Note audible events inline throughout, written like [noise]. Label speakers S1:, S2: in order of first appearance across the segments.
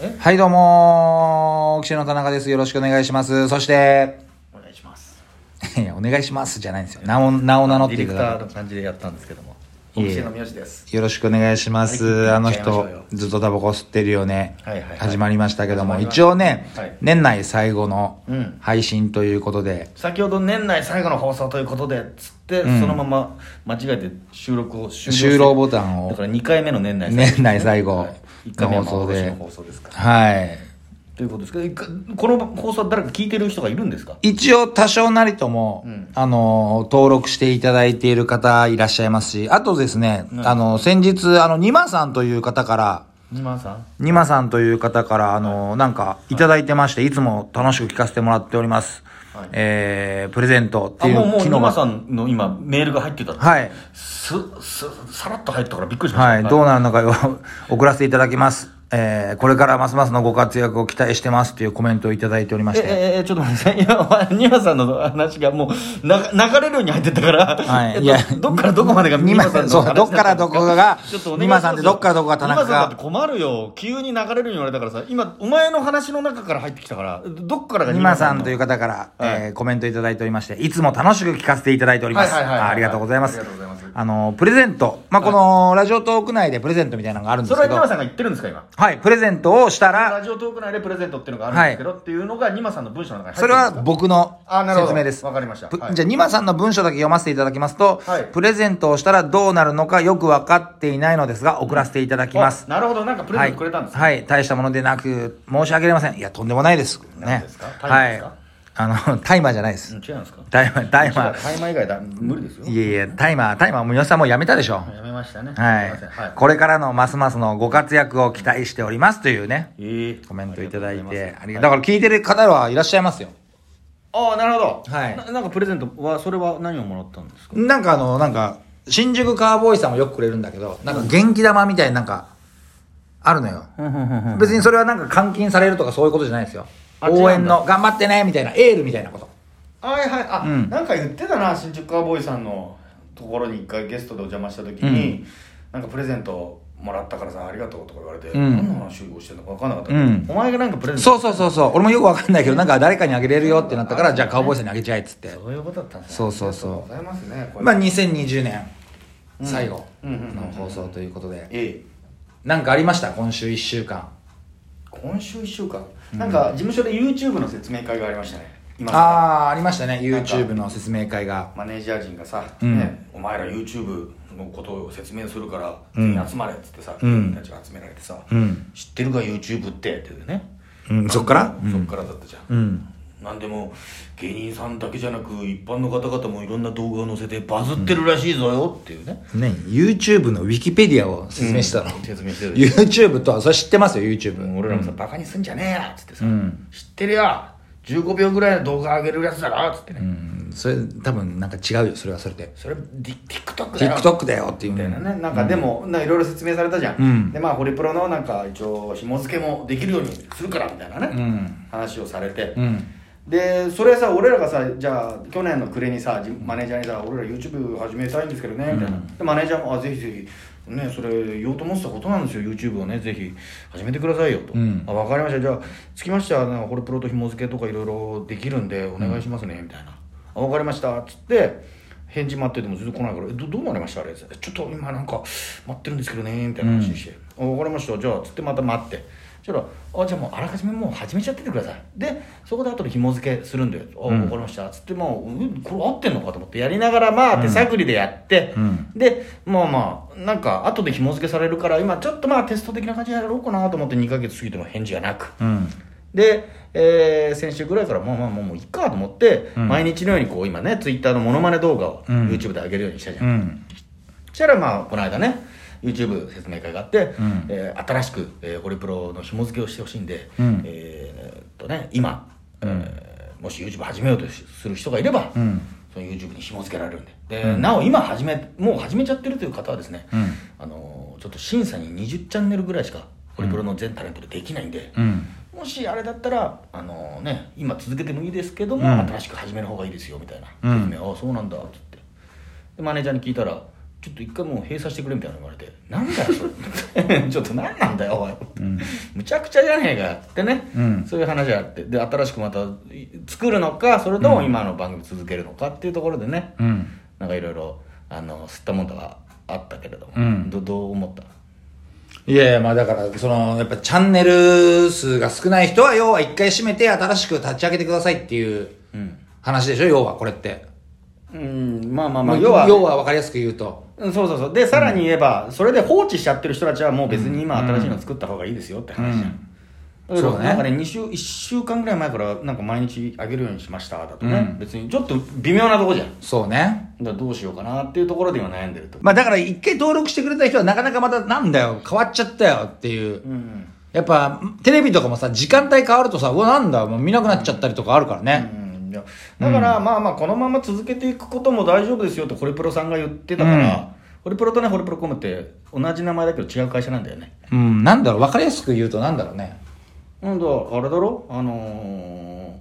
S1: え
S2: はい、どうもー、岸の田中です。よろしくお願いします。そして、 [laughs]
S1: お願いします
S2: いや、お願いしますじゃないんですよ。名を、名を名乗って
S1: デ
S2: い
S1: ィレ
S2: た
S1: ク
S2: だく
S1: ターの感じでやったんですけども
S2: いえ
S1: 僕の宮地です
S2: よろしくお願いします。
S1: はい
S2: あの
S1: 行っちゃい
S2: 人
S1: ましょうよ、
S2: ずっとタバコ吸ってるよね。
S1: はいはいはい
S2: 始まりましたけども、
S1: 始まりまし
S2: 一
S1: た
S2: 応ね、
S1: はい
S2: 年内最後の
S1: うん
S2: 配信ということで、
S1: 先ほど年内最後の放送ということでつって、
S2: うん
S1: そのまま間違えて収録を終了して
S2: 終了ボタンを
S1: だから2回目の年内
S2: 年内最後
S1: 1
S2: の
S1: 回目は
S2: 放送
S1: 放送
S2: で
S1: の放送ですから
S2: はい。
S1: ということですけど一回この放送は誰か聞いてる人がいるんですか
S2: 一応多少なりとも、
S1: うん
S2: あの、登録していただいている方いらっしゃいますし、あとですね、
S1: うん
S2: あの、先日、あの、ニマさんという方から、
S1: 今さん
S2: ニマさんという方から、あの、なんか、いただいてまして、いつも楽しく聞かせてもらっております。
S1: はい
S2: えー、プレゼントって
S1: あ
S2: い
S1: もうも
S2: う
S1: う
S2: 機能
S1: 今さ
S2: が。
S1: んの今メールが入ってた
S2: はい。
S1: すすさらっと入ったからびっくりしました
S2: はい、どうなるのかよ [laughs] 送らせていただきます。えー、これからますますのご活躍を期待してますというコメントをいただいておりま
S1: え
S2: して。
S1: ええちょっと待ってください今お前ニマさんの話がもうな流れるように入ってったから、
S2: はい
S1: えっと
S2: いや
S1: どっからどこまでが
S2: ニ
S1: ニ
S2: マ
S1: マさんの話
S2: そう
S1: だったん
S2: どっからどこが
S1: ですかちょっとお願
S2: ニ
S1: いし
S2: マ
S1: ます
S2: さんってどっからどこが田中が
S1: ニマさんだって困るよ急に流れるように言われたからさ今お前の話の中から入ってきたからどっからが
S2: ニマさんという
S1: か
S2: 方から、
S1: はい
S2: えーコメントいただいておりまして、いつも楽しく聞かせていただいております。
S1: はいはいはいはい
S2: あありがとうございます。
S1: ありがとうございます
S2: あの、プレゼント。まあ、この、ラジオトーク内でプレゼントみたいなのがあるんで
S1: そ
S2: す
S1: れ
S2: け
S1: は
S2: ど、
S1: ニマさんが言ってるんですか今
S2: はい、プレゼントをしたら、
S1: ラジオトーク内でプレゼントっていうのがあるんですけど、っていうのがニマさんの文章の中に入って
S2: それ
S1: るんです
S2: は
S1: か
S2: 僕の
S1: あなるほど
S2: 説明です。
S1: わかりました
S2: ぷ
S1: はい
S2: じゃあ、ニマさんの文章だけ読ませていただきますと、
S1: はい
S2: プレゼントをしたらどうなるのかよくわかっていないのですが、送らせていただきます。
S1: おなるほどなんかプレゼントくれたんですね
S2: はい、はい大したものでなく、申し訳ありません。いや、とんでもないです。
S1: 何
S2: ね
S1: ですか。
S2: は
S1: 大麻で
S2: い
S1: すか。
S2: あの、タイマーじゃないで
S1: う
S2: す
S1: ん。違うんですか
S2: 大麻、大麻。
S1: 大麻以外だ無理ですよ
S2: いえいえ、タイマー、タイマー、もう吉さんもうやめたでしょ。
S1: やめましたね
S2: は
S1: すませんはい
S2: い。これからのますますのご活躍を期待しておりますというね、
S1: ええ
S2: コメントいただい
S1: ありがとうござ
S2: て、
S1: ます
S2: ありがだから聞いてる方はいらっしゃいますよ。
S1: ああなるほど
S2: はい
S1: ななんかプレゼントはそれは何をもらった
S2: [laughs]
S1: んですか
S2: なんかあの、なんか、新宿カーボーイさんもよくくれるんだけど、なんか元気玉みたいになんか、あるのよ。別にそれはなんか監禁されるとかそういうことじゃないですよ。
S1: あ
S2: 応援の、頑張ってねみたいな、エールみたいなこと。
S1: はいはいあ、
S2: うん
S1: なんか言ってたな新宿カーボーイさんのところに一回ゲストでお邪魔した時に、なんかプレゼントもらったからさありがとうとか言われて、
S2: うん
S1: 何の話をしてるのか分かんなかった、
S2: うん
S1: お前がなんかプレゼント
S2: そうそうそうそう。俺もよくわかんないけど、なんか誰かにあげれるよってなったから、じゃあカーボーイさんにあげちゃえっつって。
S1: そういうことだったんですね
S2: そうそうそう
S1: ありがとございますねこれ
S2: まあ2020年最後
S1: うんうんうん
S2: の放送ということで。
S1: ええ
S2: なんかありました今週1週間。
S1: 今週1週間、なんか事務所で YouTube の説明会がありましたね今
S2: ああー、ありましたね。
S1: なんか
S2: YouTube の説明会が。
S1: マネージャー陣がさ、
S2: うん
S1: ね、お前ら YouTube のことを説明するから
S2: うん
S1: 全員集まれっつってさ、
S2: うん
S1: 君たちが集められてさ、
S2: うん
S1: 知ってるか YouTube ってっていうね、
S2: うん、そっから
S1: そっからだったじゃん、
S2: うん。
S1: なんでも芸人さんだけじゃなく一般の方々もいろんな動画を載せてバズってるらしいぞよっていうね、
S2: ね、YouTube の Wikipedia を説明したの。
S1: うん説明してる
S2: YouTube とは、それ知ってますよ、YouTube。
S1: うん俺らもさ、バカにすんじゃねえやっつってさ、
S2: うん
S1: 知ってるよ15秒ぐらいの動画上げるやつだろっつってね、
S2: うん、それ、多分なんか違うよ、それはそれで。
S1: それディ TikTok だよ
S2: TikTok だよっていう
S1: みたいな
S2: ね。
S1: ね、なんかでもなんかいろいろ説明されたじゃん、
S2: うん
S1: でまあホリプロのなんか一応紐付けもできるようにするからみたいなね、
S2: うん
S1: 話をされて、
S2: うん。
S1: でそれさ俺らがさじゃあ去年の暮れにさじマネージャーにさ「俺ら YouTube 始めたいんですけどね」みたいな、でマネージャーも「あぜひぜひ」ね、それ言おうと思ってたことなんですよ YouTube をねぜひ始めてくださいよと、
S2: うん
S1: あ分かりましたじゃあつきましては、ね、ホリプロと紐付けとかいろいろできるんでお願いしますね、みたいな「あ分かりました」っつって返事待っててもずっと来ないから「えどどうなりましたあれ?」ちょっと今なんか待ってるんですけどね」みたいな話して「あ分かりましたじゃあ」つってまた待ってそしたら「あじゃあもうあらかじめもう始めちゃっててください」でそこで後で紐付けするんで「あ分かりました」つってまあ、うんこれ合ってんのかと思ってやりながらまあ手探りでやって、
S2: うん
S1: でまあまあなんか後で紐付けされるから今ちょっとまあテスト的な感じでやろうかなと思って2ヶ月過ぎても返事がなく。
S2: うん。
S1: で、えー先週ぐらいからまあまあもうもういいかと思って、
S2: うん
S1: 毎日のようにこう今ねツイッターのモノマネ動画を
S2: うん
S1: YouTube で上げるようにしたじゃ、
S2: うんん。
S1: そしたらまあこの間ね YouTube 説明会があって、
S2: ん
S1: えー新しく、えーホリプロの紐付けをしてほしいんで、
S2: うん
S1: えーっとね今、えーもし YouTube 始めようとしする人がいれば、
S2: うん
S1: その YouTube に紐付けられるんでで、なお今始めもう始めちゃってるという方はですね、
S2: うん
S1: あのーちょっと審査に20チャンネルぐらいしかホリプロの全タレントでできないんで、
S2: うん。
S1: もしあれだったら、あのね、今続けてもいいですけども、
S2: うん
S1: 新しく始める方がいいですよみたいな、
S2: うん
S1: 説明ああそうなんだっつってでマネージャーに聞いたらちょっと一回もう閉鎖してくれみたいなの言われてなんだよそれ [laughs] ちょっと何なんだよおい、むちゃくちゃじゃねえかってね、
S2: うん
S1: そういう話があってで新しくまたい作るのかそれとも今の番組続けるのかっていうところでね、
S2: うん
S1: なんかいろいろあの吸ったもんだがあったけれども、
S2: うん
S1: どどう思った
S2: いやいやまあだからそのやっぱチャンネル数が少ない人は要は一回閉めて新しく立ち上げてくださいっていう
S1: うん、
S2: 話でしょ要はこれって、
S1: うん、まあまあ
S2: ま
S1: まあ
S2: あ、
S1: 要は
S2: 要は分かりやすく言うと
S1: うんそうそうそうでさらに言えば、それで放置しちゃってる人たちはもう別に今新しいの作った方がいいですよって話じゃん、
S2: うん
S1: だけど
S2: そうね
S1: なんかね2週1週間ぐらい前からなんか毎日あげるようにしましただとね、
S2: うん
S1: 別にちょっと微妙なとこじゃんだか
S2: そうね
S1: らどうしようかなっていうところで今悩んでると、
S2: まあだから一回登録してくれた人はなかなかまたなんだよ変わっちゃったよっていう、
S1: うん
S2: やっぱテレビとかもさ時間帯変わるとさうわなんだもう見なくなっちゃったりとかあるから
S1: う
S2: ね、
S1: んいやだから、まあまあこのまま続けていくことも大丈夫ですよってホリプロさんが言ってたから、ホリプロとねホリプロコムって同じ名前だけど違う会社なんだよね
S2: うんなんだろう分かりやすく言うとなんだろうね
S1: なんだあれだろあの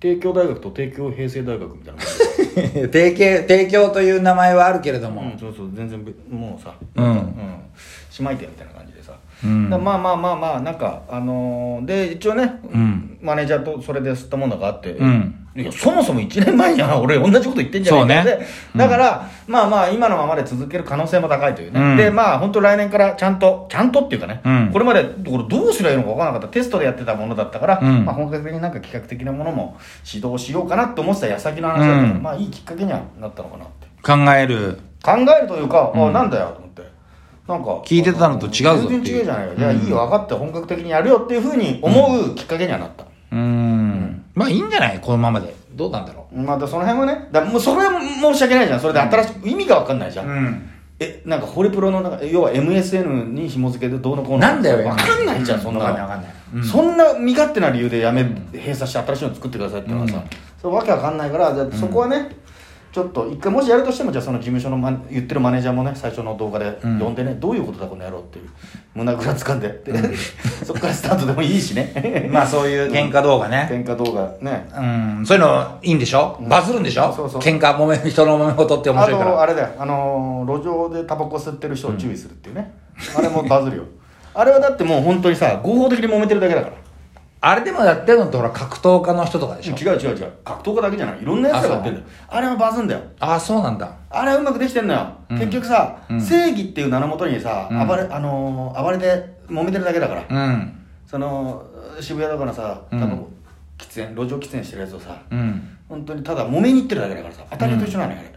S1: ー、帝京大学と帝京平成大学みたいな感じ
S2: [laughs] 提携提供という名前はあるけれども、
S1: うん、そうそう全然べもうさ、
S2: うん
S1: 姉妹店みたいな感じでさ、
S2: うん
S1: だまあまあまあまあなんかあのーで一応ね、
S2: ん
S1: マネージャーとそれで吸ったものがあって、
S2: うん
S1: いやそもそも1年前には [laughs] 俺同じこと言ってんじゃないかって、
S2: そうね
S1: だから、まあまあ今のままで続ける可能性も高いというね、
S2: うん
S1: でまあ本当来年からちゃんとちゃんとっていうかね、
S2: うん
S1: これまでこれどうすりゃいいのか分からなかったテストでやってたものだったから、
S2: うん
S1: まあ、本格的になんか企画的なものも指導しようかなって思ってた矢先の話だったから、
S2: うん
S1: まあいいきっかけにはなったのかなって。
S2: 考える
S1: 考えるというか、あなんだよと思ってなんか
S2: 聞いてたのと違うぞっていう
S1: 全然違うじゃないかいや、いいよ分かって本格的にやるよっていうふうに思うきっかけにはなった、
S2: うんまあいいんじゃないこのままでどうなんだろ
S1: またその辺はねだもうそれは申し訳ないじゃんそれで新しく、意味が分かんないじゃ、
S2: うん
S1: えなんかホリプロの中要は MSN に紐付けてどうのこうの
S2: なんだよ
S1: 分かんないじゃん、そんなの
S2: わかんないわかんないうん
S1: そんな身勝手な理由でやめ閉鎖して新しいの作ってくださいってのはさ、それわけわかんないからじゃあそこはね、ちょっと一回もしやるとしてもじゃあその事務所のマネ言ってるマネージャーもね最初の動画で呼
S2: うん
S1: んでね、どういうことだこの野郎っていう胸ぐらつかんで、で [laughs] そっからスタートでもいいしね
S2: [laughs] まあそういう喧嘩動画ね
S1: 喧嘩動画ね
S2: うん、そういうのいいんでしょ、
S1: うん
S2: バズるんでしょ
S1: そうそう
S2: 喧嘩揉め [laughs] 人の揉め事って面
S1: あ
S2: 白いから
S1: とあれだよあのー路上でタバコ吸ってる人を注意するっていうね、あれもバズるよあれはだってもう本当にさ合法的に揉めてるだけだから
S2: あれでもやってるのってほら格闘家の人とかでしょ
S1: 違う違う違う格闘家だけじゃないいろんなやつらがやってんだよあれもバズんだよ
S2: ああそうなんだ
S1: あれはうまくできてんのよ、
S2: うん
S1: 結局さ、
S2: うん
S1: 正義っていう名のもとにさ、
S2: うん
S1: 暴れあのー暴れて揉めてるだけだから、
S2: うん
S1: その渋谷だからさ多
S2: うん
S1: 分、喫煙路上喫煙してるやつをさ
S2: うん
S1: 本当にただ揉めに行ってるだけだからさ当たりと一緒なのよ、あれ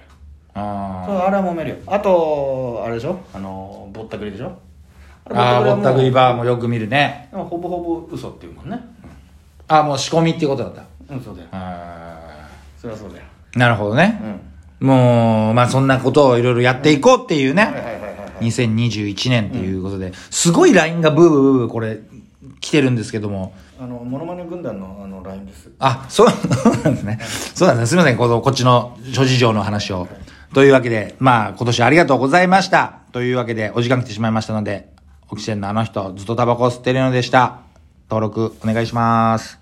S2: あ
S1: そう
S2: あ
S1: あれは揉めるよあとあれでしょあのーぼったくりでしょ
S2: ああ
S1: れ
S2: ぼったくり
S1: は
S2: バーもよく見るね
S1: もうほぼほぼ嘘っていうもんね
S2: ああもう仕込みっていうことだった
S1: うんそうだよ
S2: あ
S1: そりゃそうだよ
S2: あなるほど
S1: う
S2: ね、
S1: ん
S2: もうまあそんなことをいろいろやっていこうっていうね、
S1: はいはいはいはいはい
S2: 2021年ということで、すごい LINE がブーブーブーブーこれ来てるんですけども
S1: あのモノマネ軍団のあの LINE です
S2: あそう [laughs] そうなんですねそうなんですねすみませんこのこっちの諸事情の話をというわけでまあ今年ありがとうございましたというわけでお時間来てしまいましたのでオキシエンのあの人ずっとタバコを吸ってるのでした登録お願いします